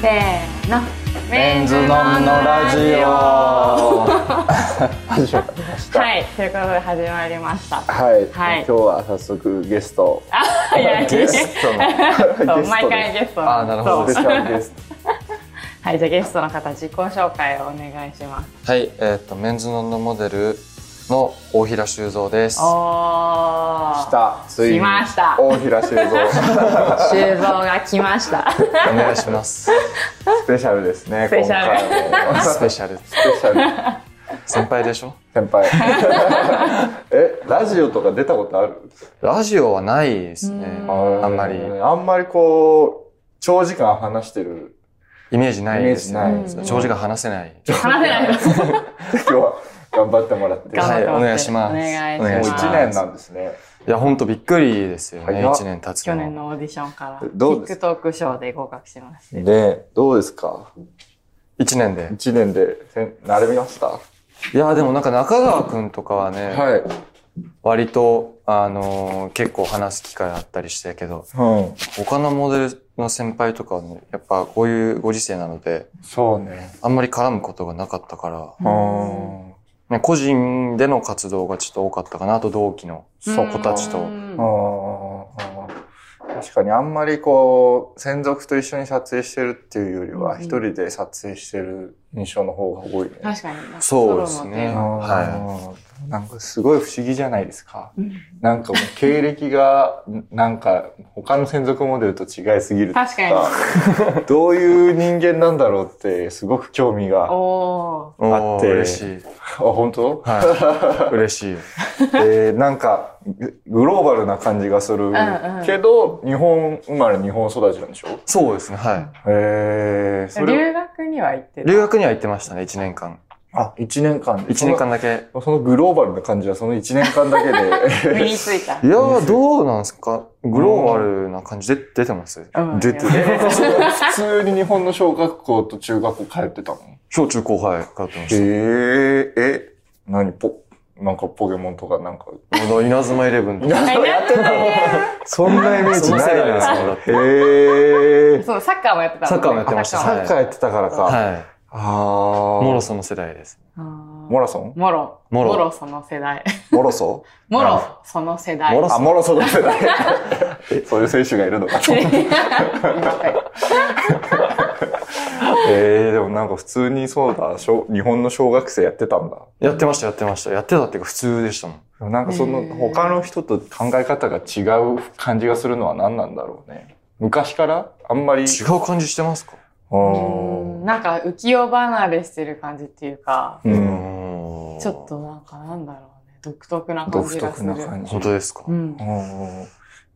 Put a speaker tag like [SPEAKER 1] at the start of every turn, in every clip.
[SPEAKER 1] せーの
[SPEAKER 2] メンズノンのラジオ始まりました
[SPEAKER 1] はいということで始まりました
[SPEAKER 2] はい、
[SPEAKER 1] はい
[SPEAKER 2] 今日は早速ゲスト
[SPEAKER 1] あいやいや
[SPEAKER 3] ゲストの
[SPEAKER 1] そう
[SPEAKER 2] ゲス
[SPEAKER 1] 毎
[SPEAKER 2] ト
[SPEAKER 1] 回
[SPEAKER 2] で
[SPEAKER 1] ゲスト
[SPEAKER 3] あなるほ
[SPEAKER 2] す
[SPEAKER 3] ど
[SPEAKER 2] ス
[SPEAKER 1] そ
[SPEAKER 2] ペ
[SPEAKER 1] う
[SPEAKER 2] シャルゲス
[SPEAKER 1] はいじゃあゲストの方自己紹介をお願いします
[SPEAKER 3] はい、えっ、とメンズノンのモデルの大平修造です。は
[SPEAKER 1] お
[SPEAKER 2] ト
[SPEAKER 1] ー
[SPEAKER 2] 来たついに
[SPEAKER 1] 来ました
[SPEAKER 2] 大平修造
[SPEAKER 1] 修造が来ました
[SPEAKER 3] お願いします。
[SPEAKER 2] スペシャルですね
[SPEAKER 1] スペシャル
[SPEAKER 2] 今回も
[SPEAKER 3] スペシャル
[SPEAKER 2] スペシャル
[SPEAKER 3] 先輩でしょ。
[SPEAKER 2] 先輩えラジオとか出たことある
[SPEAKER 3] ラジオはないですね。
[SPEAKER 2] ー
[SPEAKER 3] あんまり
[SPEAKER 2] あんまりこう長時間話してる
[SPEAKER 3] イメージないです、
[SPEAKER 2] イメージ
[SPEAKER 1] ないですね
[SPEAKER 3] 長時間話せない。
[SPEAKER 1] 話せないです
[SPEAKER 2] 今日は頑張ってもらって
[SPEAKER 1] 頑張ってもらって
[SPEAKER 3] お願いします
[SPEAKER 1] お願いし
[SPEAKER 3] お
[SPEAKER 1] ま
[SPEAKER 2] も
[SPEAKER 3] 願いうし
[SPEAKER 2] 一
[SPEAKER 3] ます
[SPEAKER 2] 年なんですね
[SPEAKER 3] いや、本当びっくりですよね。
[SPEAKER 2] 早っ
[SPEAKER 3] 一年経つ
[SPEAKER 1] 去
[SPEAKER 3] の。
[SPEAKER 1] 年のオーディションから
[SPEAKER 2] どうです
[SPEAKER 1] TikTok 賞で合格しました
[SPEAKER 2] ねどうですか
[SPEAKER 3] 一年で。
[SPEAKER 2] 一年でせん慣れましたはい
[SPEAKER 3] や、でもなんか中川くんとかはね、
[SPEAKER 2] い、
[SPEAKER 3] 割と、あのー結構話す機会あったりしてけど、
[SPEAKER 2] うん、
[SPEAKER 3] 他のモデルの先輩とかはね、やっぱこういうご時世なので、
[SPEAKER 2] そうね
[SPEAKER 3] あんまり絡むことがなかったから、
[SPEAKER 2] うん
[SPEAKER 3] ね、個人での活動がちょっと多かったかなあと同期の
[SPEAKER 1] うん
[SPEAKER 3] 子たちと、
[SPEAKER 1] うん
[SPEAKER 2] うん確かにあんまりこう専属と一緒に撮影してるっていうより
[SPEAKER 1] う
[SPEAKER 2] は
[SPEAKER 1] ん
[SPEAKER 2] 一人で撮影してる印象の方が多いね
[SPEAKER 1] 確かに
[SPEAKER 3] そうですね
[SPEAKER 2] はい、なんかすごい不思議じゃないですか。
[SPEAKER 1] うん
[SPEAKER 2] なんかもう経歴が、なんか他の専属モデルと違いすぎると
[SPEAKER 1] 確か
[SPEAKER 2] どういう人間なんだろうってすごく興味
[SPEAKER 1] に
[SPEAKER 2] が。あ、
[SPEAKER 1] おー
[SPEAKER 3] お
[SPEAKER 2] あっ
[SPEAKER 3] ー
[SPEAKER 2] て
[SPEAKER 3] 嬉しい、
[SPEAKER 2] 本当
[SPEAKER 3] はい、嬉し
[SPEAKER 2] え
[SPEAKER 3] い
[SPEAKER 2] ー、なんかググローバルな感じがする
[SPEAKER 1] んうん
[SPEAKER 2] けど、日本生まれ日本育ちなんでしょ
[SPEAKER 3] そうですねは
[SPEAKER 2] へえー、それ、
[SPEAKER 1] 留学には行って
[SPEAKER 3] い留学には行ってましたね1年間
[SPEAKER 2] あ、1年間で。
[SPEAKER 3] 1年間だけ
[SPEAKER 2] その。そのグローバルな感じはその1年間だけで。
[SPEAKER 1] 身についた
[SPEAKER 3] いやーどうなんですかグローバルな感じで出てます
[SPEAKER 1] うん
[SPEAKER 2] 出てる。普通に日本の小学校と中学校通ってたの
[SPEAKER 3] 小中後輩通ってま
[SPEAKER 2] え
[SPEAKER 3] し
[SPEAKER 2] ええ、何ポ、なんかポケモンとかなんか。
[SPEAKER 3] たこの稲妻イレブンとか
[SPEAKER 1] やってたね
[SPEAKER 2] そんなイメー
[SPEAKER 3] ジないな
[SPEAKER 2] ええ
[SPEAKER 1] そう、サッカーもやってた
[SPEAKER 3] サッカーもやってました
[SPEAKER 2] サッカーやってたからか。
[SPEAKER 3] はい
[SPEAKER 2] ああ。
[SPEAKER 3] モロソの世代です
[SPEAKER 2] モ
[SPEAKER 1] もろ。
[SPEAKER 2] ラソン
[SPEAKER 1] もろ。
[SPEAKER 3] もろ
[SPEAKER 1] もろその世 代。
[SPEAKER 2] モロソ
[SPEAKER 1] もろその世代。
[SPEAKER 3] もろ
[SPEAKER 2] あ、モロソの世代。 えそういう選手がいるのか。ええでもなんか普通にそうだ、小日本の小学生やってたんだ。
[SPEAKER 3] やってましたやってましたやってたっていうか普通でしたもん
[SPEAKER 2] でもなんかその
[SPEAKER 1] へー
[SPEAKER 2] 他の人と考え方が違う感じがするのは何なんだろうね。昔からあんまり。
[SPEAKER 3] 違う感じしてますか
[SPEAKER 2] う
[SPEAKER 1] うんなんか浮世離れしてる感じっていうか、
[SPEAKER 2] う。
[SPEAKER 3] うんん
[SPEAKER 1] ちょっとなんかなんだろうね、独特な感
[SPEAKER 2] 独
[SPEAKER 1] じがす
[SPEAKER 2] 特
[SPEAKER 1] る。
[SPEAKER 2] な感じ。
[SPEAKER 3] 本当ですか
[SPEAKER 1] うん。
[SPEAKER 2] うん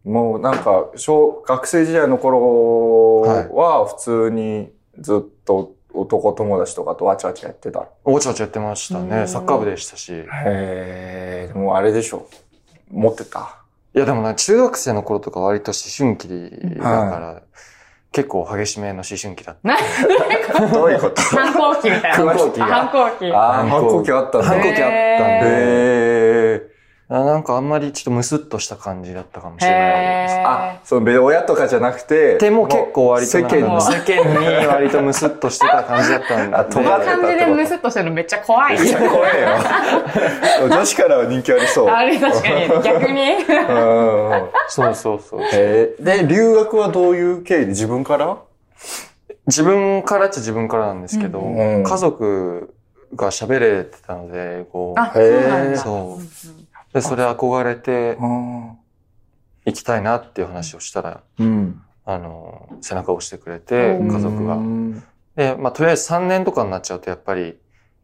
[SPEAKER 2] もうなんか小学生時代の頃は普通にずっと男友達とかとわちゃわちゃやってた。
[SPEAKER 3] おちゃおちゃやってました
[SPEAKER 1] う
[SPEAKER 3] ね。
[SPEAKER 1] ん
[SPEAKER 3] サッカー部でしたし。
[SPEAKER 2] へえ、もうあれでしょ。持ってた。
[SPEAKER 3] いやでもね、中学生の頃とか割と思春期だから、結構激しめの思春期だっ
[SPEAKER 1] な、
[SPEAKER 2] どういうこと
[SPEAKER 1] 反抗期みたいな。
[SPEAKER 2] 反抗期が
[SPEAKER 1] あ反抗期。
[SPEAKER 2] ああ、反抗期あった
[SPEAKER 3] た。
[SPEAKER 2] んだ。
[SPEAKER 3] 反
[SPEAKER 2] へ
[SPEAKER 3] 抗期あったんで。
[SPEAKER 2] え。
[SPEAKER 3] あなんかあんまりちょっとムスッとした感じだったかもしれないです。
[SPEAKER 1] へー
[SPEAKER 2] あ、その親とかじゃなくて。
[SPEAKER 3] でも結構割と
[SPEAKER 2] 世
[SPEAKER 3] なんか
[SPEAKER 2] 間の。
[SPEAKER 1] もう
[SPEAKER 3] 世間に割とムスッとしてた感じだったんで。
[SPEAKER 2] あ尖っ
[SPEAKER 1] こんな感じでムスッとしてるのめっちゃ怖い。
[SPEAKER 2] めっちゃ怖えよ。 女子からは人気ありそう。
[SPEAKER 1] あれ確かに、逆に。
[SPEAKER 2] うん
[SPEAKER 3] そうそうそう。
[SPEAKER 2] へーで、留学はどういう経緯で自分から
[SPEAKER 3] 自分からっちゃ自分からなんですけど、
[SPEAKER 2] うんうん
[SPEAKER 3] 家族が喋れてたので、こ
[SPEAKER 1] あ、
[SPEAKER 3] う、
[SPEAKER 1] そうなんだ。
[SPEAKER 3] そうん
[SPEAKER 1] ん
[SPEAKER 3] でそれ憧れて
[SPEAKER 2] う
[SPEAKER 3] 行きたいなっていう話をしたら、
[SPEAKER 2] ん。
[SPEAKER 3] あの、背中を押してくれて、
[SPEAKER 1] うん
[SPEAKER 3] 家族が
[SPEAKER 2] う。ん
[SPEAKER 3] で、まあ、とりあえず3年とかになっちゃうと、やっぱり、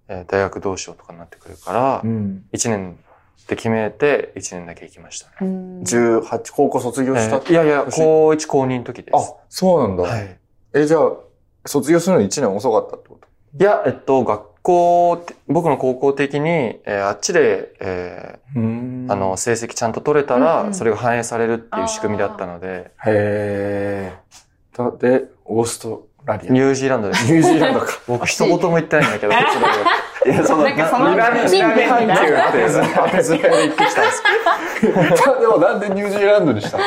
[SPEAKER 3] えー大学どうしようとかになってくるから、
[SPEAKER 2] うん。
[SPEAKER 3] 1年って決めて、1年だけ行きましたね。
[SPEAKER 1] うん
[SPEAKER 2] 18、高校卒業した
[SPEAKER 3] えーいやいや、
[SPEAKER 2] 年
[SPEAKER 3] 高1、高2の時です。
[SPEAKER 2] あ、そうなんだ。
[SPEAKER 3] はい。
[SPEAKER 2] え、じゃあ、卒業するの1年遅かったってこと
[SPEAKER 3] いや、えっと、学校って、僕の高校的に、えーあっちで、えーあ
[SPEAKER 2] あ
[SPEAKER 3] の、、成績ちゃんと取れた
[SPEAKER 1] うんう
[SPEAKER 3] ら、
[SPEAKER 1] ん
[SPEAKER 3] それが反映されるっていう仕組みだったので、
[SPEAKER 2] へえ。だで、オーストラリア。
[SPEAKER 3] ニュージーラ ンドです。
[SPEAKER 2] ニュージーランドか。
[SPEAKER 3] 僕、一言も言ってないんだけど、こちらで
[SPEAKER 2] いや、そ
[SPEAKER 1] なんかその近辺みたいな
[SPEAKER 2] って、当てずっぱで行ってきたんですけど。でもなんでニュージーランドにしたの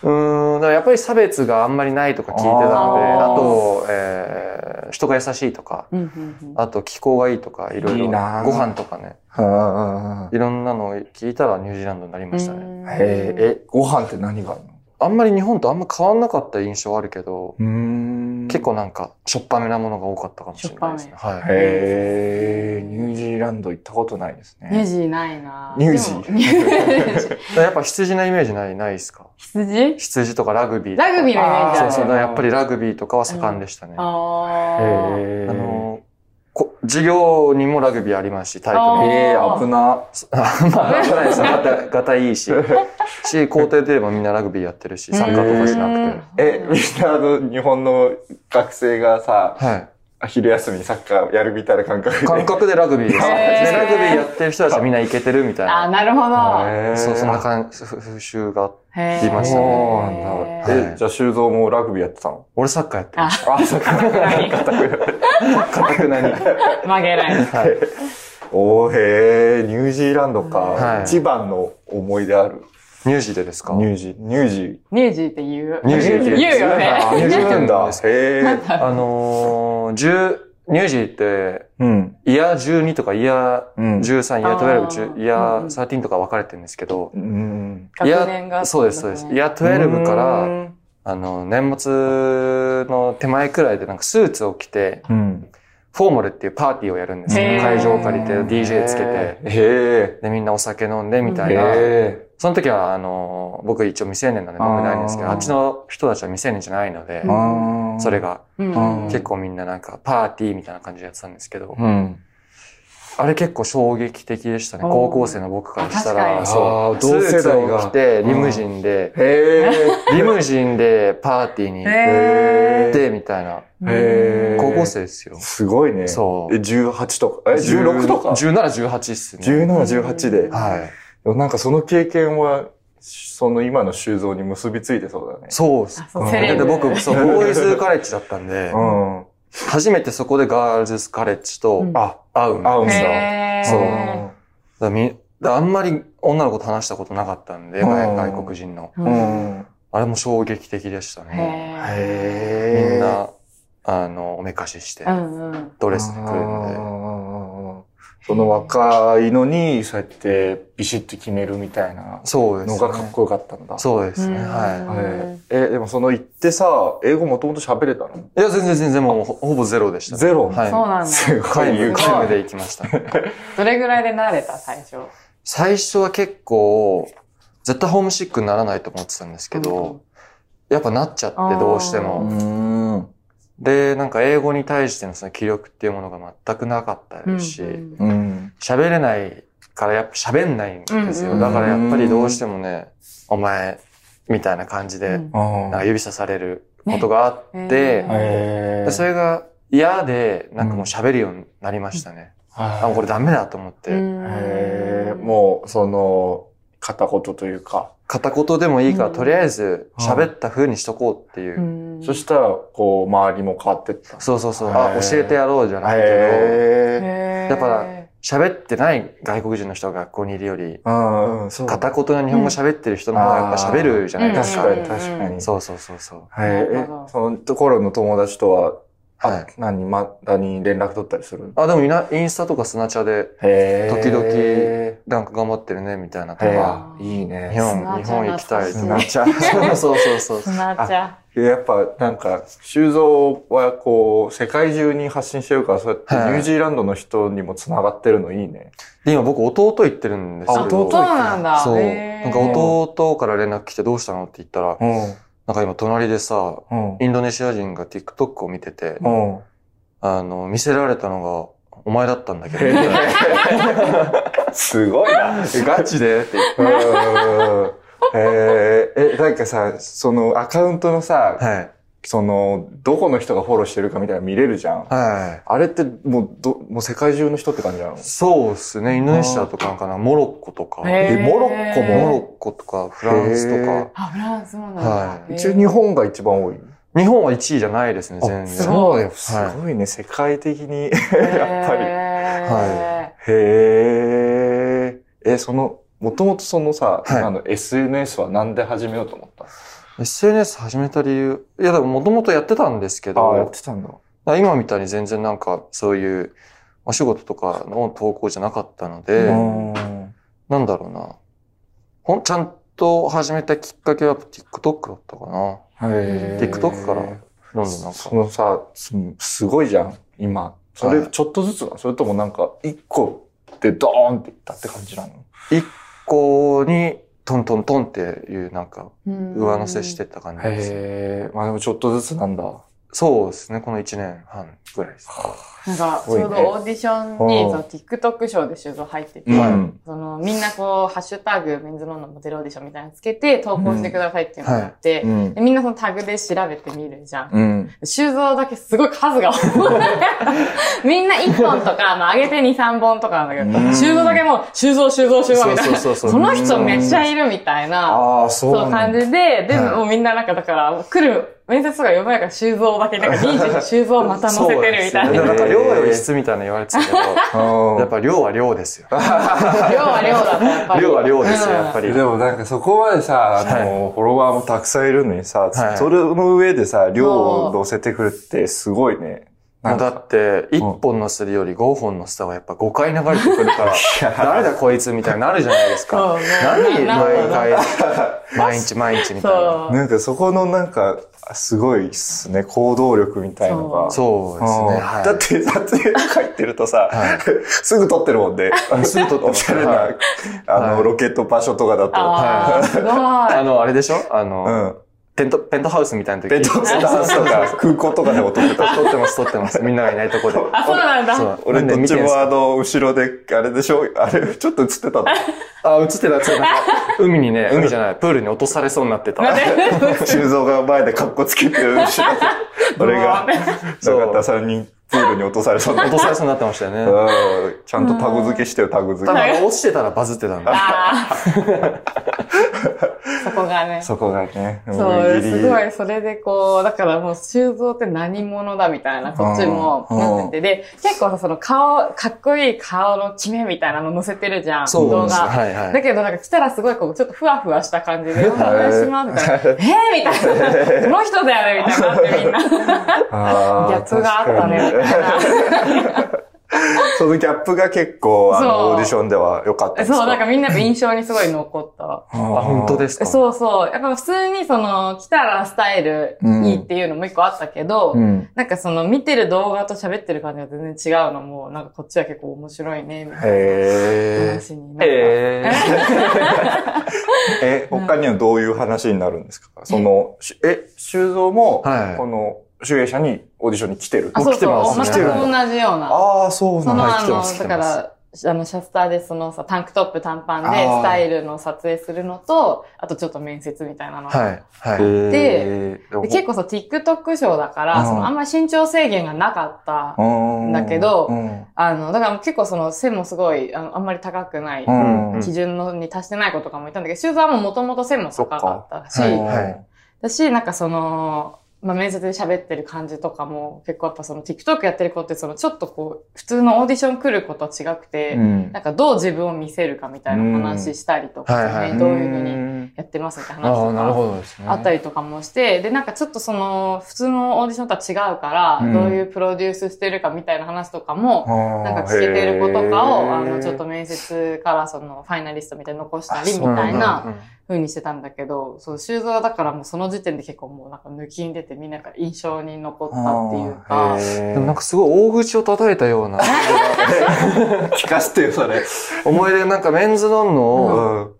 [SPEAKER 3] うーん、だからやっぱり差別があんまりないとか聞いてたので、
[SPEAKER 2] あー
[SPEAKER 3] あと、えー人が優しいとか、
[SPEAKER 1] うんうん
[SPEAKER 3] あと気候がいいとか、いろいろ、
[SPEAKER 2] いい
[SPEAKER 3] ご
[SPEAKER 2] なー
[SPEAKER 3] 飯とかね、
[SPEAKER 2] はい
[SPEAKER 3] ろんなのを聞いたらニュージーランドになり
[SPEAKER 1] う
[SPEAKER 3] ましたね。
[SPEAKER 1] ん
[SPEAKER 2] あ。へえ、え、ご飯って何があるの
[SPEAKER 3] あんまり日本とあんま変わんなかった印象はあるけど、
[SPEAKER 2] うーん
[SPEAKER 3] 結構なんか、しょっぱめなものが多かったかもしれないですね。はい。
[SPEAKER 2] へえ、ニュージーランド行ったことないです
[SPEAKER 1] ニュー
[SPEAKER 2] ね。
[SPEAKER 1] ジーないな
[SPEAKER 2] ニュージー
[SPEAKER 1] でもニ ュージー
[SPEAKER 3] だからやっぱ羊なイメージない、ないですか
[SPEAKER 1] 羊
[SPEAKER 3] 羊とかラグビーとか。
[SPEAKER 1] ラグビーのイメージあ
[SPEAKER 3] そ
[SPEAKER 1] る。
[SPEAKER 3] うそう。
[SPEAKER 2] ね
[SPEAKER 3] だからやっぱりラグビーとかは盛んでしたね。
[SPEAKER 1] あー
[SPEAKER 2] へえ
[SPEAKER 3] あの、こ授業にもラグビーありますし、体育の。
[SPEAKER 2] えー、危 な。
[SPEAKER 3] あまあ、危ないですよ。がた、がたいいし。し、校庭で言えばみんなラグビーやってるし、参加とかしなく
[SPEAKER 2] え、みんなあの、日本の学生がさ、
[SPEAKER 3] て。はい。
[SPEAKER 2] 昼休みにサッカーやるみたいな感覚で。
[SPEAKER 3] 感覚でラグビーです。で、
[SPEAKER 1] へー
[SPEAKER 3] ラグビーやってる人たちはみんなイケてるみたい
[SPEAKER 1] あー、
[SPEAKER 3] な。
[SPEAKER 1] なるほど。
[SPEAKER 2] へー
[SPEAKER 3] そう、そんな感じ、ふ風習が。
[SPEAKER 1] へ
[SPEAKER 3] 言いました
[SPEAKER 2] そ
[SPEAKER 3] ね
[SPEAKER 2] うなんだ。
[SPEAKER 3] は
[SPEAKER 2] え、
[SPEAKER 3] い
[SPEAKER 2] じゃあ修造もラグビーやってたの
[SPEAKER 3] 俺サッカーやってまし
[SPEAKER 2] あ、そっか。
[SPEAKER 3] た。かたくなに。は
[SPEAKER 1] 曲げ ない。
[SPEAKER 3] い。
[SPEAKER 2] おーへーニュージーランドか。
[SPEAKER 3] はい
[SPEAKER 2] 一番の思い出ある。
[SPEAKER 3] ニュージーでですか
[SPEAKER 2] ニュージー、ニュージー。
[SPEAKER 1] ニュージーって言う。
[SPEAKER 3] ニュージーって
[SPEAKER 1] 言うよ
[SPEAKER 2] あニュー
[SPEAKER 1] ね。
[SPEAKER 2] ジーって言うんだ。へえ。
[SPEAKER 3] あのー、十、ニュージーって、
[SPEAKER 2] うん。
[SPEAKER 3] イヤー12とかイヤ
[SPEAKER 2] うん
[SPEAKER 3] ー13、イヤ
[SPEAKER 1] あ
[SPEAKER 3] ー
[SPEAKER 1] ー
[SPEAKER 3] 12、イヤ
[SPEAKER 1] うんうん
[SPEAKER 3] ー13とか分かれてるんですけど、
[SPEAKER 2] うん。
[SPEAKER 3] イヤ
[SPEAKER 1] 学年が。
[SPEAKER 3] そうです、そうです。イヤー12から、あの、年末の手前くらいでなんかスーツを着て、
[SPEAKER 2] うん。
[SPEAKER 3] フォーマルっていうパーティーをやるんですよ
[SPEAKER 1] へ。ー
[SPEAKER 3] 会場を借りて、DJ つけて、
[SPEAKER 2] て。へ
[SPEAKER 3] で、みんなお酒飲んでみ
[SPEAKER 2] え。
[SPEAKER 3] たいな。
[SPEAKER 2] へ
[SPEAKER 3] その時は、あの、僕一応未成年なんで飲めないんですけど、
[SPEAKER 2] あー
[SPEAKER 3] あっちの人たちは未成年じゃないので
[SPEAKER 2] え。、あー
[SPEAKER 3] それ。が
[SPEAKER 1] うん。
[SPEAKER 2] うん
[SPEAKER 3] 結構みんななんかパーティーみたいな感じでやってたんですけど、
[SPEAKER 2] うん。
[SPEAKER 3] あれ結構衝撃的でしたね。
[SPEAKER 1] おー
[SPEAKER 3] 高校生の僕からした、
[SPEAKER 1] あ確からに
[SPEAKER 2] あ
[SPEAKER 3] そ
[SPEAKER 2] ー
[SPEAKER 3] う、
[SPEAKER 2] 同世代が
[SPEAKER 3] スーツを着て、リムジ ンで、
[SPEAKER 2] へえ。
[SPEAKER 3] リムジンでパーティーに行
[SPEAKER 2] へ
[SPEAKER 3] っ
[SPEAKER 2] ー
[SPEAKER 3] て、みたいな。
[SPEAKER 2] へー
[SPEAKER 3] 高校生ですよ。
[SPEAKER 2] すごいね。
[SPEAKER 3] そう
[SPEAKER 2] え、18とか、え、16とか
[SPEAKER 3] ?17、18っすね。
[SPEAKER 2] ?17、18で。
[SPEAKER 3] はい。
[SPEAKER 2] でもなんかその経験は、その今の修造に結びついてそうだね。
[SPEAKER 3] そうっす
[SPEAKER 1] あ。そうセレ
[SPEAKER 3] で
[SPEAKER 1] ブ。
[SPEAKER 3] 僕、そう、ボーイズカレッジだったんで、
[SPEAKER 2] うん。
[SPEAKER 3] 初めてそこでガールズカレッジと
[SPEAKER 1] うん
[SPEAKER 2] あ、
[SPEAKER 3] 会うんで
[SPEAKER 2] 会うんだ
[SPEAKER 1] へー
[SPEAKER 3] そう
[SPEAKER 2] うん
[SPEAKER 3] だみだあんまり女の子と話したことなかったんで、
[SPEAKER 2] うん
[SPEAKER 3] 外外国人の。
[SPEAKER 1] う。
[SPEAKER 2] うんん。
[SPEAKER 3] あれも衝撃的でしたね。
[SPEAKER 1] へ
[SPEAKER 2] へ
[SPEAKER 3] み
[SPEAKER 2] え。
[SPEAKER 3] んな、あの、おめかしして
[SPEAKER 1] ー。う、んうん。
[SPEAKER 3] ド
[SPEAKER 2] ド
[SPEAKER 3] レスで来るんで。
[SPEAKER 2] その若いのに、そうやってビシッと決めるみたいな
[SPEAKER 3] そうで
[SPEAKER 2] の
[SPEAKER 3] す
[SPEAKER 2] がかっ
[SPEAKER 3] ね。
[SPEAKER 2] こよかったんだ。
[SPEAKER 3] そうですね。
[SPEAKER 1] うん
[SPEAKER 3] は
[SPEAKER 2] はいえ、でもその行ってさ、英語もともと喋れたの
[SPEAKER 3] い。いや、全然全然もうほほぼゼロでした。
[SPEAKER 2] ゼロ
[SPEAKER 3] はい。
[SPEAKER 1] そう なんだ。
[SPEAKER 2] すご
[SPEAKER 3] 皆
[SPEAKER 2] い
[SPEAKER 3] 無、
[SPEAKER 2] 勇気
[SPEAKER 3] 皆無で行きました。
[SPEAKER 1] どれぐらいで慣れた最初。
[SPEAKER 3] 最初は結構、絶対ホームシックにならないと思ってたんですけど、やっぱなっちゃってどうして
[SPEAKER 2] う
[SPEAKER 3] も。
[SPEAKER 2] ん。
[SPEAKER 3] で、なんか英語に対してのその気力っていうものが全くなかった
[SPEAKER 1] うん
[SPEAKER 3] ですし、
[SPEAKER 1] うん
[SPEAKER 2] うん。
[SPEAKER 3] 喋れないからやっぱ喋んないんです
[SPEAKER 1] うんう
[SPEAKER 3] よ。
[SPEAKER 1] ん
[SPEAKER 3] だからやっぱりどうしてもね、お前、みたいな感じ
[SPEAKER 1] う
[SPEAKER 3] で、
[SPEAKER 1] ん
[SPEAKER 2] あ
[SPEAKER 3] なん
[SPEAKER 2] あ
[SPEAKER 3] か。指さされることがあっ
[SPEAKER 1] ね
[SPEAKER 3] て、
[SPEAKER 1] へ
[SPEAKER 2] へ
[SPEAKER 3] でそれが嫌で、なんかもう喋るようになりましたね。
[SPEAKER 2] あ
[SPEAKER 3] あ、これダメだと思って。
[SPEAKER 2] へえ、
[SPEAKER 1] うん
[SPEAKER 2] もう、その、片言というか。
[SPEAKER 3] 片言でもいいか
[SPEAKER 1] う
[SPEAKER 3] ら、
[SPEAKER 1] ん
[SPEAKER 3] とりあえず喋った風にしとこうっていうう。
[SPEAKER 1] ん
[SPEAKER 2] そしたら、こう、周りも変わってった。
[SPEAKER 3] そうそうそう。
[SPEAKER 2] へ
[SPEAKER 3] あ
[SPEAKER 2] ー、
[SPEAKER 3] 教えてやろうじゃないけど、
[SPEAKER 2] へえ。
[SPEAKER 1] へー
[SPEAKER 3] やっぱ喋ってない外国人の人が学校にいるより、
[SPEAKER 2] うんうん、そう。
[SPEAKER 3] 片言の日本語喋ってる人の方がやっぱ喋るじゃないです
[SPEAKER 2] 確
[SPEAKER 3] か。
[SPEAKER 2] かに、確かに。
[SPEAKER 3] そうそうそうそう。
[SPEAKER 2] はい。
[SPEAKER 1] なる
[SPEAKER 2] え
[SPEAKER 1] ほど、
[SPEAKER 2] そのところの友達とは、
[SPEAKER 3] は
[SPEAKER 2] あ
[SPEAKER 3] い、
[SPEAKER 2] 何、まだに連絡取ったりする
[SPEAKER 3] あ、でもイナインスタとかスナチャで、
[SPEAKER 2] へ
[SPEAKER 3] 時々
[SPEAKER 2] へ
[SPEAKER 3] なんか頑張ってるね、みたいなと
[SPEAKER 2] え
[SPEAKER 3] か、
[SPEAKER 1] ー
[SPEAKER 2] いい
[SPEAKER 3] 日
[SPEAKER 2] ね。
[SPEAKER 1] スナ
[SPEAKER 3] 本、
[SPEAKER 1] チャ
[SPEAKER 3] 日本行きたいと
[SPEAKER 1] 懐
[SPEAKER 3] か
[SPEAKER 1] か。
[SPEAKER 2] ちゃ
[SPEAKER 3] そうそうそうそう。
[SPEAKER 1] 砂茶。
[SPEAKER 2] やっぱ、なんか、修造はこう、世界中に発信してるから、そうやって
[SPEAKER 3] はい
[SPEAKER 2] ニュージーランドの人にも繋がってるのいいね。
[SPEAKER 3] で、今僕弟行ってるんですけ
[SPEAKER 2] あ
[SPEAKER 3] ど。
[SPEAKER 2] 弟
[SPEAKER 1] そうなんだ。
[SPEAKER 3] そう。
[SPEAKER 1] へー
[SPEAKER 3] なんか弟から連絡来てどうしたのって言ったら、
[SPEAKER 2] うん。
[SPEAKER 3] なんか今隣でさ、
[SPEAKER 2] うん。
[SPEAKER 3] インドネシア人が TikTok を見てて、
[SPEAKER 2] うん。
[SPEAKER 3] あの、見せられたのが、お前だったんだけど、みたいな
[SPEAKER 2] すごいな。
[SPEAKER 3] えガチでって言って。
[SPEAKER 2] うんえー、え、なんかさ、そのアカウントのさ、
[SPEAKER 3] はい。
[SPEAKER 2] その、どこの人がフォローしてるかみたいなの見れるじゃん。
[SPEAKER 3] は
[SPEAKER 2] あれってもう、ど、もう世界中の人って感じなの
[SPEAKER 3] い。そうっすね。インドネシアとかかな、モロッコとか、モ
[SPEAKER 1] へー
[SPEAKER 2] えモロッコも
[SPEAKER 3] ロッコとか、フランスと
[SPEAKER 2] へ
[SPEAKER 3] か。
[SPEAKER 1] あ、フランスもなんだ。
[SPEAKER 3] はい
[SPEAKER 1] へー
[SPEAKER 2] 一応日本が一番多い。
[SPEAKER 3] 日本は1位じゃないですね、全
[SPEAKER 2] あ
[SPEAKER 3] 然。
[SPEAKER 1] すごい
[SPEAKER 2] よ。すごいね、世界的に。
[SPEAKER 1] や
[SPEAKER 2] っぱり
[SPEAKER 1] は
[SPEAKER 2] へえ。え、その、もともとそのさ、
[SPEAKER 3] はい
[SPEAKER 2] あの、SNS はなんで始めようと思った
[SPEAKER 3] SNS 始めた理由、いやでももともとやってたんですけ
[SPEAKER 2] ああ、やっ
[SPEAKER 3] ど、
[SPEAKER 2] てたんだ。
[SPEAKER 3] 今みたいに全然なんかそういうお仕事とかの投稿じゃなかったので、
[SPEAKER 1] うん
[SPEAKER 2] うん
[SPEAKER 3] なんだろうな。ほん、ちゃんと始めたきっかけはやっぱ TikTok だったかな。
[SPEAKER 2] へえ
[SPEAKER 3] TikTok からどんどんなんか
[SPEAKER 2] そ。のさ、すすごいじゃん、今。それ
[SPEAKER 3] はい
[SPEAKER 2] ちょっとずつなのそれともなんか、一個でドーンっていったって感じなの
[SPEAKER 3] こうにトントントンっていうなんか上乗せしてった感じです、ね。
[SPEAKER 2] へえ、まあでもちょっとずつなんだ。
[SPEAKER 3] そうですね、この1年半ぐらいです。
[SPEAKER 1] なんか、ち
[SPEAKER 2] すごい
[SPEAKER 1] ょ
[SPEAKER 2] ね
[SPEAKER 1] うどオーディション
[SPEAKER 2] うん
[SPEAKER 1] に、その TikTok ショーで修造入ってて、
[SPEAKER 3] はい
[SPEAKER 2] うん
[SPEAKER 1] そのみんなこう、ハッシュタグ、メンズノンのモデルオーディションみたいなのつけて、投稿してくださいっていうのがあって、
[SPEAKER 2] うん
[SPEAKER 1] でみんなそのタグで調べてみるじゃん。
[SPEAKER 2] うん。
[SPEAKER 1] 修造だけすごい数が多い。 みんな1本とか、まあ、上げて2、3本とかなんだけ
[SPEAKER 2] うん
[SPEAKER 1] ど、修造だけもう、修造、修造、修造みたいな。
[SPEAKER 3] そうそうそうそう
[SPEAKER 1] この人めっちゃいるみたいな。
[SPEAKER 2] ああ、そう
[SPEAKER 1] そう
[SPEAKER 2] な
[SPEAKER 1] 感
[SPEAKER 2] んだ。
[SPEAKER 1] じで、で、
[SPEAKER 3] はい
[SPEAKER 1] もうみんななんかだから、来る、面接とか呼ばないから修造だけ、 なんかリーチ修造また乗せてるみたい
[SPEAKER 3] そうですね
[SPEAKER 1] な。
[SPEAKER 3] なんか量より質みたいなの言われてたけど、
[SPEAKER 2] うん
[SPEAKER 3] やっぱ量は量ですよ。
[SPEAKER 1] 量は量だとやっぱり。
[SPEAKER 3] 量は量です
[SPEAKER 1] う
[SPEAKER 3] よ、
[SPEAKER 1] ん
[SPEAKER 3] やっぱり。
[SPEAKER 2] でもなんかそこまでさ、あの、フォロワーもたくさんいるのにさ、
[SPEAKER 3] はい
[SPEAKER 2] それの上でさ、量を乗せてくるってすごいね。
[SPEAKER 3] も
[SPEAKER 2] な
[SPEAKER 3] うんだ
[SPEAKER 2] か、
[SPEAKER 3] って、1本のすりより5本の下はやっぱ5回流れてくるから、誰だこいつみたいになるじゃないですか。
[SPEAKER 1] そうね
[SPEAKER 3] 何
[SPEAKER 1] なな
[SPEAKER 3] 毎回、毎日毎日みたいな。
[SPEAKER 1] そう。
[SPEAKER 2] なんかそこのなんか、すごいっすね、行動力みたいのが。
[SPEAKER 3] そうですね。
[SPEAKER 2] うん
[SPEAKER 3] はい
[SPEAKER 2] だって、撮影入ってるとさ、
[SPEAKER 3] はい
[SPEAKER 2] すぐ撮ってるもんで、
[SPEAKER 3] すぐ撮って
[SPEAKER 2] お
[SPEAKER 3] ま
[SPEAKER 2] し
[SPEAKER 3] す
[SPEAKER 2] ゃれな、
[SPEAKER 3] はい
[SPEAKER 2] あ
[SPEAKER 3] は
[SPEAKER 2] の、
[SPEAKER 3] い
[SPEAKER 2] ロケット場所とかだと、
[SPEAKER 1] ああ、すごい。
[SPEAKER 3] あの、あれでしょあの、
[SPEAKER 2] うん。
[SPEAKER 3] ペント、ペントハウスみたいな時
[SPEAKER 2] ベッドスタンスとか、空港とかでも撮って た。
[SPEAKER 3] 撮ってます、撮ってます。みんながいないとこで。
[SPEAKER 1] あ、そうなんだ。
[SPEAKER 3] そう
[SPEAKER 2] 俺、
[SPEAKER 3] なんで
[SPEAKER 2] どっ
[SPEAKER 3] 見
[SPEAKER 2] ち
[SPEAKER 3] てんす
[SPEAKER 2] も
[SPEAKER 3] か
[SPEAKER 2] あの、後ろで、あれでしょあれ、ちょっと映ってたの。
[SPEAKER 3] あ、映ってた、映ってた。海にね、海じゃない、プールに落とされそうになってた。
[SPEAKER 1] なんで
[SPEAKER 2] 修造が前で格好つけてる後ろで、俺が、
[SPEAKER 3] そう
[SPEAKER 2] 中田さんにプールに落とされそうな
[SPEAKER 3] 落。とされ そうになってましたよね。
[SPEAKER 2] うんちゃんとタグ付けしてよ、タグ付
[SPEAKER 3] た
[SPEAKER 2] け。
[SPEAKER 3] だ、落ちてたらバズってたんだ。
[SPEAKER 1] あ ーそこがね。
[SPEAKER 2] そこがね、
[SPEAKER 1] そう、す
[SPEAKER 2] う
[SPEAKER 1] ご
[SPEAKER 2] ん
[SPEAKER 1] い、それでこう、だからもう、修造って何者だみたいな、こっちも
[SPEAKER 2] うん
[SPEAKER 1] なってて、で、結構さ、その顔、かっこいい顔の決めみたいなの載せてるじゃん、
[SPEAKER 3] そう
[SPEAKER 1] 動
[SPEAKER 3] です。
[SPEAKER 1] 画。
[SPEAKER 3] はいは
[SPEAKER 1] だ
[SPEAKER 3] い。
[SPEAKER 1] けどなんか来たらすごいこう、ちょっとふわふわした感じで、お願いします、みたいな。えーみたいな。この人だよねみたいになってみんな。ギャップがあったね、み
[SPEAKER 2] 確かに
[SPEAKER 1] たいな。
[SPEAKER 2] そのギャップが結構、あ
[SPEAKER 1] そ
[SPEAKER 2] の、
[SPEAKER 1] う
[SPEAKER 2] オーディションでは良かったですか
[SPEAKER 1] そう、なんかみんなの印象にすごい残った。
[SPEAKER 2] あ
[SPEAKER 3] あ、本当ですか。
[SPEAKER 1] そうそう。やっぱ普通にその、来たらスタイルいいっていうのも一個あったけど、
[SPEAKER 2] うん。
[SPEAKER 1] なんかその見てる動画と喋ってる感じが全然違うのも、なんかこっちは結構面白いね、みたいな
[SPEAKER 2] へえ。
[SPEAKER 1] 話になった。
[SPEAKER 3] えー。
[SPEAKER 2] え、他にはどういう話になるんですかその、しえ、修造も、
[SPEAKER 3] はい
[SPEAKER 2] この、集英社にオーディションに来てる。
[SPEAKER 1] あ、そう
[SPEAKER 3] 来て
[SPEAKER 1] そう、
[SPEAKER 3] ます
[SPEAKER 1] 全
[SPEAKER 3] ね
[SPEAKER 1] く同じような。
[SPEAKER 2] ああ、そう
[SPEAKER 1] そ
[SPEAKER 2] なん
[SPEAKER 1] の
[SPEAKER 2] だ。
[SPEAKER 1] あ
[SPEAKER 3] 来て
[SPEAKER 1] の、
[SPEAKER 3] ます来て
[SPEAKER 1] だか
[SPEAKER 3] ます
[SPEAKER 1] ら、あの、シャスターでそのさ、タンクトップ短パンで
[SPEAKER 2] あー
[SPEAKER 1] スタイルの撮影するのと、あとちょっと面接みたいなの。
[SPEAKER 3] はい。は
[SPEAKER 1] で
[SPEAKER 2] で、
[SPEAKER 1] で結構さ、TikTok ショーだから、
[SPEAKER 2] うん
[SPEAKER 1] そのあんま身長制限がなかった。
[SPEAKER 2] 構
[SPEAKER 1] だけど
[SPEAKER 2] うん。
[SPEAKER 1] あの、だから結構その背もすごい、あのあんまり高くない。
[SPEAKER 2] うん
[SPEAKER 3] うん
[SPEAKER 1] 基準のに達してない子とかもいたんだけど、修造はもう元々背も高かったし、
[SPEAKER 3] そっかはい
[SPEAKER 2] はい。
[SPEAKER 1] だし、なんかその、まあ、面接で喋ってる感じとかも、結構やっぱその TikTok やってる子って、そのちょっとこう、普通のオーディション来る子とは違くて、
[SPEAKER 2] うん
[SPEAKER 1] なんかどう自分を見せるかみたいな話したりとか、
[SPEAKER 3] うんはいはい
[SPEAKER 1] ねどういうふうに
[SPEAKER 3] い。
[SPEAKER 1] やってますって話
[SPEAKER 3] ああ、
[SPEAKER 1] と
[SPEAKER 3] なる
[SPEAKER 1] か。
[SPEAKER 3] ほどですね。
[SPEAKER 1] あったりとかもして、で、なんかちょっとその、普通のオーディションとは違うから、
[SPEAKER 2] うん
[SPEAKER 1] どういうプロデュースしてるかみたいな話とかも、
[SPEAKER 2] な
[SPEAKER 1] なんか聞けてる子とかを、あの、ちょっと
[SPEAKER 2] と。
[SPEAKER 1] 面接からその、ファイナリストみたいに残したりみ
[SPEAKER 3] うんうんうん
[SPEAKER 1] たいな、風にしてたんだけど、そう、修造はだからもうその時点で結構もうなんか抜きに出てみんなが印象に残ったっていうか、
[SPEAKER 2] で
[SPEAKER 3] でもなん
[SPEAKER 2] か
[SPEAKER 3] かすごい大口を叩いたような。
[SPEAKER 2] 聞かせてよ、それ。
[SPEAKER 3] 思い出、なんかメンズノンノ
[SPEAKER 2] う
[SPEAKER 3] を、
[SPEAKER 2] ん。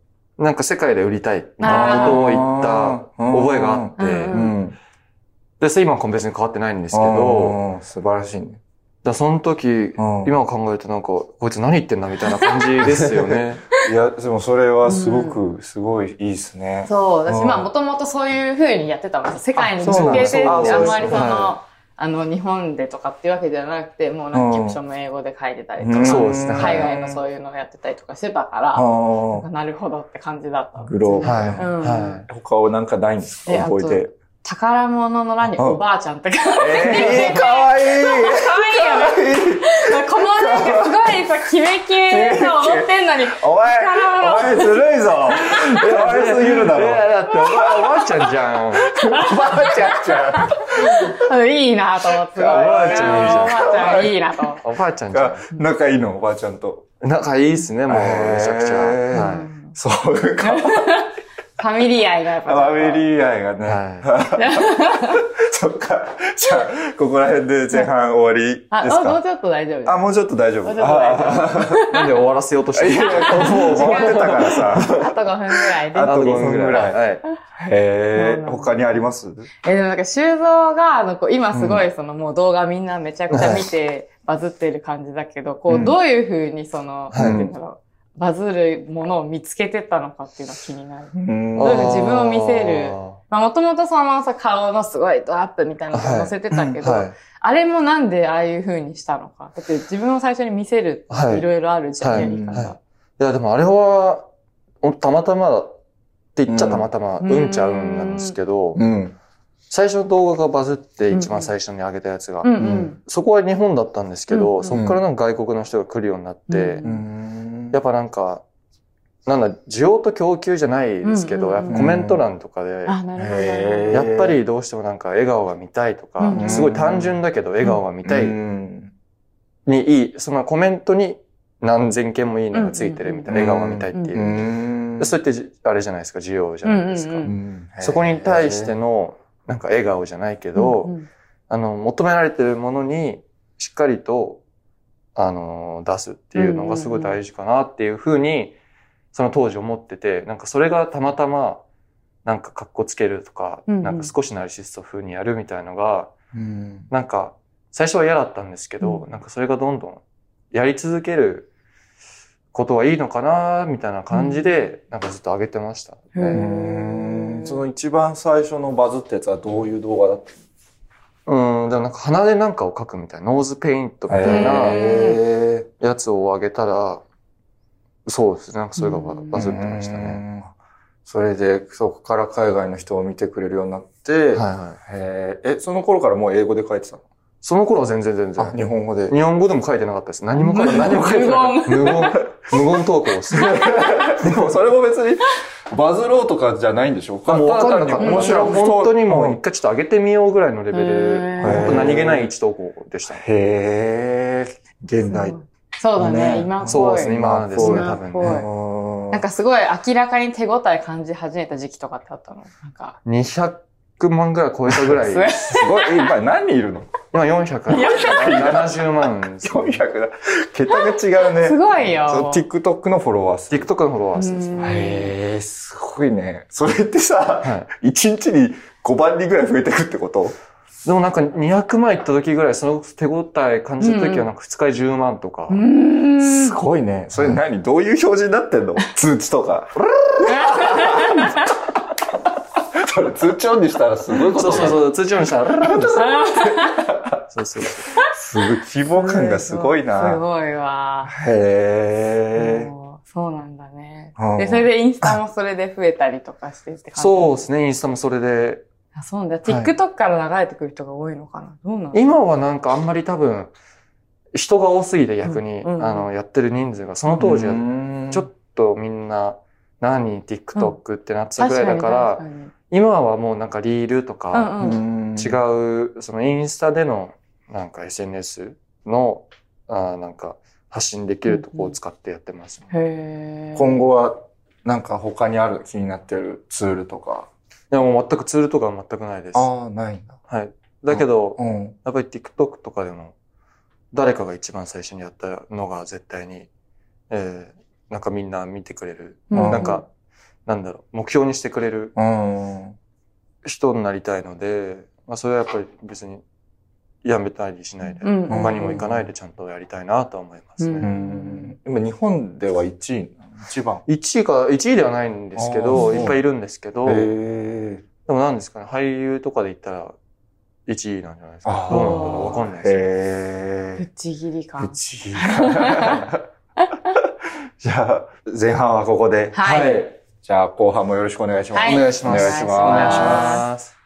[SPEAKER 3] なんか世界で売りたい、みたいなことを言った覚えがあって、
[SPEAKER 1] うんうん
[SPEAKER 2] ん。です
[SPEAKER 3] で、それ今は別に変わってないんですけど、だか、
[SPEAKER 2] 素晴らしいね。
[SPEAKER 3] らその時、今考えるとなんか、こいつ何言ってんだみたいな感じですよね。
[SPEAKER 2] いや、でもそれはすごく、すごいいいですね。
[SPEAKER 1] そう、私
[SPEAKER 2] うん
[SPEAKER 1] まあもともとそういう風にやってたもんです世界に向けてって
[SPEAKER 2] あそうなんだ
[SPEAKER 1] あんまりその、
[SPEAKER 3] は
[SPEAKER 1] あの、日本でとかっていうわけじゃなくて、もうなんかキャプションも英語で書いてたりとか、
[SPEAKER 2] うん
[SPEAKER 3] そうですねはい
[SPEAKER 1] 海外のそういうのをやってたりとかしてたか
[SPEAKER 2] あ
[SPEAKER 1] ら、
[SPEAKER 2] ー
[SPEAKER 1] なるほどって感じだったんです
[SPEAKER 2] グ
[SPEAKER 1] よ
[SPEAKER 2] ロー
[SPEAKER 3] はい。
[SPEAKER 2] バル。
[SPEAKER 1] うん
[SPEAKER 3] は
[SPEAKER 2] 他はなんかないんですか
[SPEAKER 1] えあと
[SPEAKER 2] 覚えて。
[SPEAKER 1] 宝物の欄におばあちゃんって書いて
[SPEAKER 2] えー、かわいい
[SPEAKER 1] 可愛いよね。このなんかすごいさ、キメキメの思ってんのに、
[SPEAKER 2] お前、お前ずるいぞかわいすぎるだ
[SPEAKER 3] いやいやだっておばあ、おばあちゃんじゃん。
[SPEAKER 2] おばあちゃんじゃん。
[SPEAKER 1] いいなと思って。お
[SPEAKER 3] ばあちゃんいいじゃん
[SPEAKER 1] おばあちゃんいいなと思って。
[SPEAKER 3] おばあちゃんじゃ
[SPEAKER 2] 仲いいの、おばあちゃんと。
[SPEAKER 3] ん。仲いいっすね、もう、
[SPEAKER 2] へー
[SPEAKER 3] めちゃくちゃ。
[SPEAKER 2] うん
[SPEAKER 1] う
[SPEAKER 3] は
[SPEAKER 1] ん
[SPEAKER 2] そういうか、
[SPEAKER 1] ファミリー愛がやっ
[SPEAKER 2] フ
[SPEAKER 1] ぱ。
[SPEAKER 2] ァミリー愛が
[SPEAKER 3] い。
[SPEAKER 2] ね。
[SPEAKER 3] は
[SPEAKER 2] そっか。じゃあ、ここら辺で前半終わりです
[SPEAKER 1] あ、あもう
[SPEAKER 2] か
[SPEAKER 1] ちょっと大丈夫です。
[SPEAKER 2] あ、もうちょっと大丈夫。
[SPEAKER 1] もうちょっと大丈
[SPEAKER 2] あ
[SPEAKER 3] い。なんで終わらせようとし
[SPEAKER 2] あい
[SPEAKER 3] て
[SPEAKER 2] や
[SPEAKER 3] る
[SPEAKER 2] もう回ってたからさ。
[SPEAKER 1] あと5分くらいで
[SPEAKER 3] あ。
[SPEAKER 2] と
[SPEAKER 3] と
[SPEAKER 2] 五
[SPEAKER 3] 5
[SPEAKER 2] 分
[SPEAKER 3] 分
[SPEAKER 2] ぐ
[SPEAKER 3] ぐ
[SPEAKER 2] ら
[SPEAKER 3] ら
[SPEAKER 2] い
[SPEAKER 3] い。はい。
[SPEAKER 2] へえ、他にあります
[SPEAKER 1] え、でもなんか修造が、あの、こう、今すごいその、もう動画みんなめちゃくちゃ見て、バズってる感じだけど、こ
[SPEAKER 2] うん
[SPEAKER 1] う、どういうふうにその、
[SPEAKER 3] はい
[SPEAKER 1] なんていうんだろう、バズるものを見つけてったのかっていうのが気になる。
[SPEAKER 2] うん
[SPEAKER 1] どういう自分を見せる
[SPEAKER 3] あ
[SPEAKER 1] まあ、もともとそのさ、顔のすごいドアップみたいなのを載せてたけ
[SPEAKER 3] ー
[SPEAKER 1] ど、
[SPEAKER 3] はい。
[SPEAKER 1] あれもなんでああいう風にしたのか。だって自分を最初に見せるっ
[SPEAKER 3] は
[SPEAKER 1] て
[SPEAKER 3] い
[SPEAKER 1] いろいろあるじゃん、
[SPEAKER 3] はい
[SPEAKER 1] やり方。
[SPEAKER 3] いや、でもあれは、おたまたまって言っちゃたまたま、
[SPEAKER 1] うん
[SPEAKER 3] うんちゃうんなんですけど、
[SPEAKER 2] うん。
[SPEAKER 3] 最初の動画がバズって
[SPEAKER 1] うん
[SPEAKER 3] 一番最初に上げたやつが、
[SPEAKER 1] うんうん。
[SPEAKER 3] そこは日本だったんですけど、
[SPEAKER 1] うん
[SPEAKER 3] そこからなんか外国の人が来るようになって、
[SPEAKER 1] う
[SPEAKER 2] うん
[SPEAKER 3] やっぱなんか、なんだ、需要と供給じゃないですけど、
[SPEAKER 1] うんうん
[SPEAKER 3] や
[SPEAKER 1] うん
[SPEAKER 3] っぱコメント欄とかで、
[SPEAKER 1] あ、なるほど
[SPEAKER 2] へ
[SPEAKER 1] ね。
[SPEAKER 3] やっぱりどうしてもなんか笑顔が見たいとか、
[SPEAKER 1] うん
[SPEAKER 3] すごい単純だけど笑顔が見たい
[SPEAKER 2] うん
[SPEAKER 3] にいい、そのコメントに何千件もいいねがついてるみたいな、
[SPEAKER 2] うん
[SPEAKER 3] 笑顔が見たいっていう。
[SPEAKER 2] うん
[SPEAKER 3] でそれってじあれじゃないですか、需要じゃないですか。
[SPEAKER 1] うんうんうん
[SPEAKER 3] そこに対しての、なんか笑顔じゃないけど、
[SPEAKER 1] うんうん
[SPEAKER 3] あの、求められてるものにしっかりと、あの、出すっていうのがすごい大事かなっていうふうに、その当時思ってて、なんかそれがたまたま、なんか格好つけるとか、
[SPEAKER 1] うんうん
[SPEAKER 3] なんか少しナルシスト風にやるみたいのが、
[SPEAKER 2] うん
[SPEAKER 3] なんか最初は嫌だったんですけど、
[SPEAKER 1] うん
[SPEAKER 3] なんかそれがどんどんやり続けることはいいのかなみたいな感じで、なんかずっと上げてました、
[SPEAKER 1] へー
[SPEAKER 2] うんその一番最初のバズったやつはどういう動画だった
[SPEAKER 3] うん、でもなんか鼻でなんかを描くみたいな、ノーズペイントみ
[SPEAKER 2] み
[SPEAKER 3] た
[SPEAKER 2] た
[SPEAKER 3] い
[SPEAKER 2] い
[SPEAKER 3] な、
[SPEAKER 2] な
[SPEAKER 3] やつをあげたら、そうですね。なんかそれがバ
[SPEAKER 1] うん
[SPEAKER 3] バズってましたね。
[SPEAKER 2] うんそれで、そこから海外の人を見てくれるようになって、
[SPEAKER 3] はいはい。
[SPEAKER 2] へーえ、その頃からもう英語で書いてたの
[SPEAKER 3] その頃は全然全然。
[SPEAKER 2] あ、日本語で。
[SPEAKER 3] 日本語でも書いてなかったです。何も書いて
[SPEAKER 1] 無
[SPEAKER 3] 何も書いてなかった。無言。無言投稿です。
[SPEAKER 2] でもそれも別にバズろうとかじゃないんでしょうか
[SPEAKER 3] もう分かんなかった。
[SPEAKER 2] 面
[SPEAKER 3] 面
[SPEAKER 2] 白
[SPEAKER 3] 白
[SPEAKER 2] い。
[SPEAKER 3] い。本当にもう一回ちょっと上げてみようぐらいのレベル
[SPEAKER 1] へ
[SPEAKER 3] で、
[SPEAKER 1] ー
[SPEAKER 3] 本当何気ない一投稿でしたね。
[SPEAKER 2] へえ、現代。
[SPEAKER 1] そうだね、
[SPEAKER 2] ね
[SPEAKER 1] 今っぽい。
[SPEAKER 3] そうですね。今はですね、
[SPEAKER 1] 今
[SPEAKER 3] 多
[SPEAKER 1] っぽい
[SPEAKER 3] 分
[SPEAKER 1] そう
[SPEAKER 3] ね。
[SPEAKER 1] なんかすごい明らかに手応え感じ始めた時期とかってあったのなんか。
[SPEAKER 3] 200万ぐらい超えたぐらい。
[SPEAKER 1] すごい
[SPEAKER 2] すごい、今何人いるの
[SPEAKER 3] 今400。70万ですね。
[SPEAKER 2] ?400 だ。桁が違うね。
[SPEAKER 1] すごい
[SPEAKER 2] その
[SPEAKER 1] よ。
[SPEAKER 2] TikTok のフォロワー数。
[SPEAKER 3] TikTok のフォロワー数です
[SPEAKER 1] うん
[SPEAKER 3] ね。
[SPEAKER 2] へえ、すごいね。それってさ、
[SPEAKER 3] はい。
[SPEAKER 2] 1日に5万人ぐらい増えてくってこと
[SPEAKER 3] でもなんか200万いった時ぐらい、その手応え感じた時はなんか2日で10万とか
[SPEAKER 1] う。ーん
[SPEAKER 2] す。ごいね。それ何どういう表示になってんの通知とか。それ通知オンにしたらすごいこ
[SPEAKER 3] そ
[SPEAKER 2] と
[SPEAKER 3] う
[SPEAKER 2] だよ
[SPEAKER 3] そうそう、通知音したら、そうそうそう。
[SPEAKER 2] すごい、希望感 がすごい
[SPEAKER 1] す
[SPEAKER 2] な。
[SPEAKER 1] ごいわ。
[SPEAKER 2] へえ。
[SPEAKER 1] もうそうなんだね
[SPEAKER 2] うん。
[SPEAKER 1] で、それでインスタもそれで増えたりとかしてって感じ。
[SPEAKER 3] そうですね、インスタもそれで。
[SPEAKER 1] あそうなんだ。TikTok から流れてくる人が多いのかなどうなの
[SPEAKER 3] 今はなんかあんまり多分、人が多すぎて逆に、
[SPEAKER 1] うんうん
[SPEAKER 3] あの、やってる人数が、その当時は
[SPEAKER 2] は
[SPEAKER 3] ちょっとみんな、何 ?TikTok ってなってたぐらいだから、
[SPEAKER 1] 確に確
[SPEAKER 3] 今はもうなんかリールと
[SPEAKER 1] かにうんう
[SPEAKER 3] か、
[SPEAKER 1] ん。
[SPEAKER 3] 違う、そのインスタでの、なんか SNS の、あーなんか、発信できるとこを使ってやってますね、
[SPEAKER 1] へー。
[SPEAKER 2] 今後は、なんか他にある気になってるツールとか。
[SPEAKER 3] でも全くツールとかは全くないです。は
[SPEAKER 2] ああ、ないんだ。
[SPEAKER 3] い。だけど、
[SPEAKER 2] うん。
[SPEAKER 3] やっぱり TikTok とかでも、誰かが一番最初にやったのが絶対に、えー、なんかみんな見てくれる。
[SPEAKER 1] う
[SPEAKER 2] なん
[SPEAKER 3] なんか、、なんだろう、目標にしてくれる
[SPEAKER 2] うん。
[SPEAKER 3] 人になりたいので、まあそれはやっぱり別にやめたりしないで、
[SPEAKER 1] うんうん
[SPEAKER 3] 他にも行かないでちゃんとやりたいなとは思います
[SPEAKER 1] う
[SPEAKER 2] う
[SPEAKER 3] ね。
[SPEAKER 2] ん。今日本では1位なの、1番。
[SPEAKER 3] 1位か、1位ではないんですけ
[SPEAKER 2] あ
[SPEAKER 3] ど、
[SPEAKER 2] ー
[SPEAKER 3] いっぱいいるんですけど、で
[SPEAKER 2] へえ。
[SPEAKER 3] もなんですかね、俳優とかで言ったら1位なんじゃないですか。
[SPEAKER 2] あー
[SPEAKER 3] どうなんだろうわかんないです。
[SPEAKER 1] ぶ
[SPEAKER 2] へえ。
[SPEAKER 1] ち切り
[SPEAKER 2] う
[SPEAKER 1] 感。
[SPEAKER 2] ち。じゃあ、前半はここで。
[SPEAKER 1] はい
[SPEAKER 2] じゃあ、後半もよろしくお願いします。
[SPEAKER 1] はい
[SPEAKER 3] お願いし
[SPEAKER 2] お
[SPEAKER 3] ます。。
[SPEAKER 2] 願いします
[SPEAKER 1] お願いします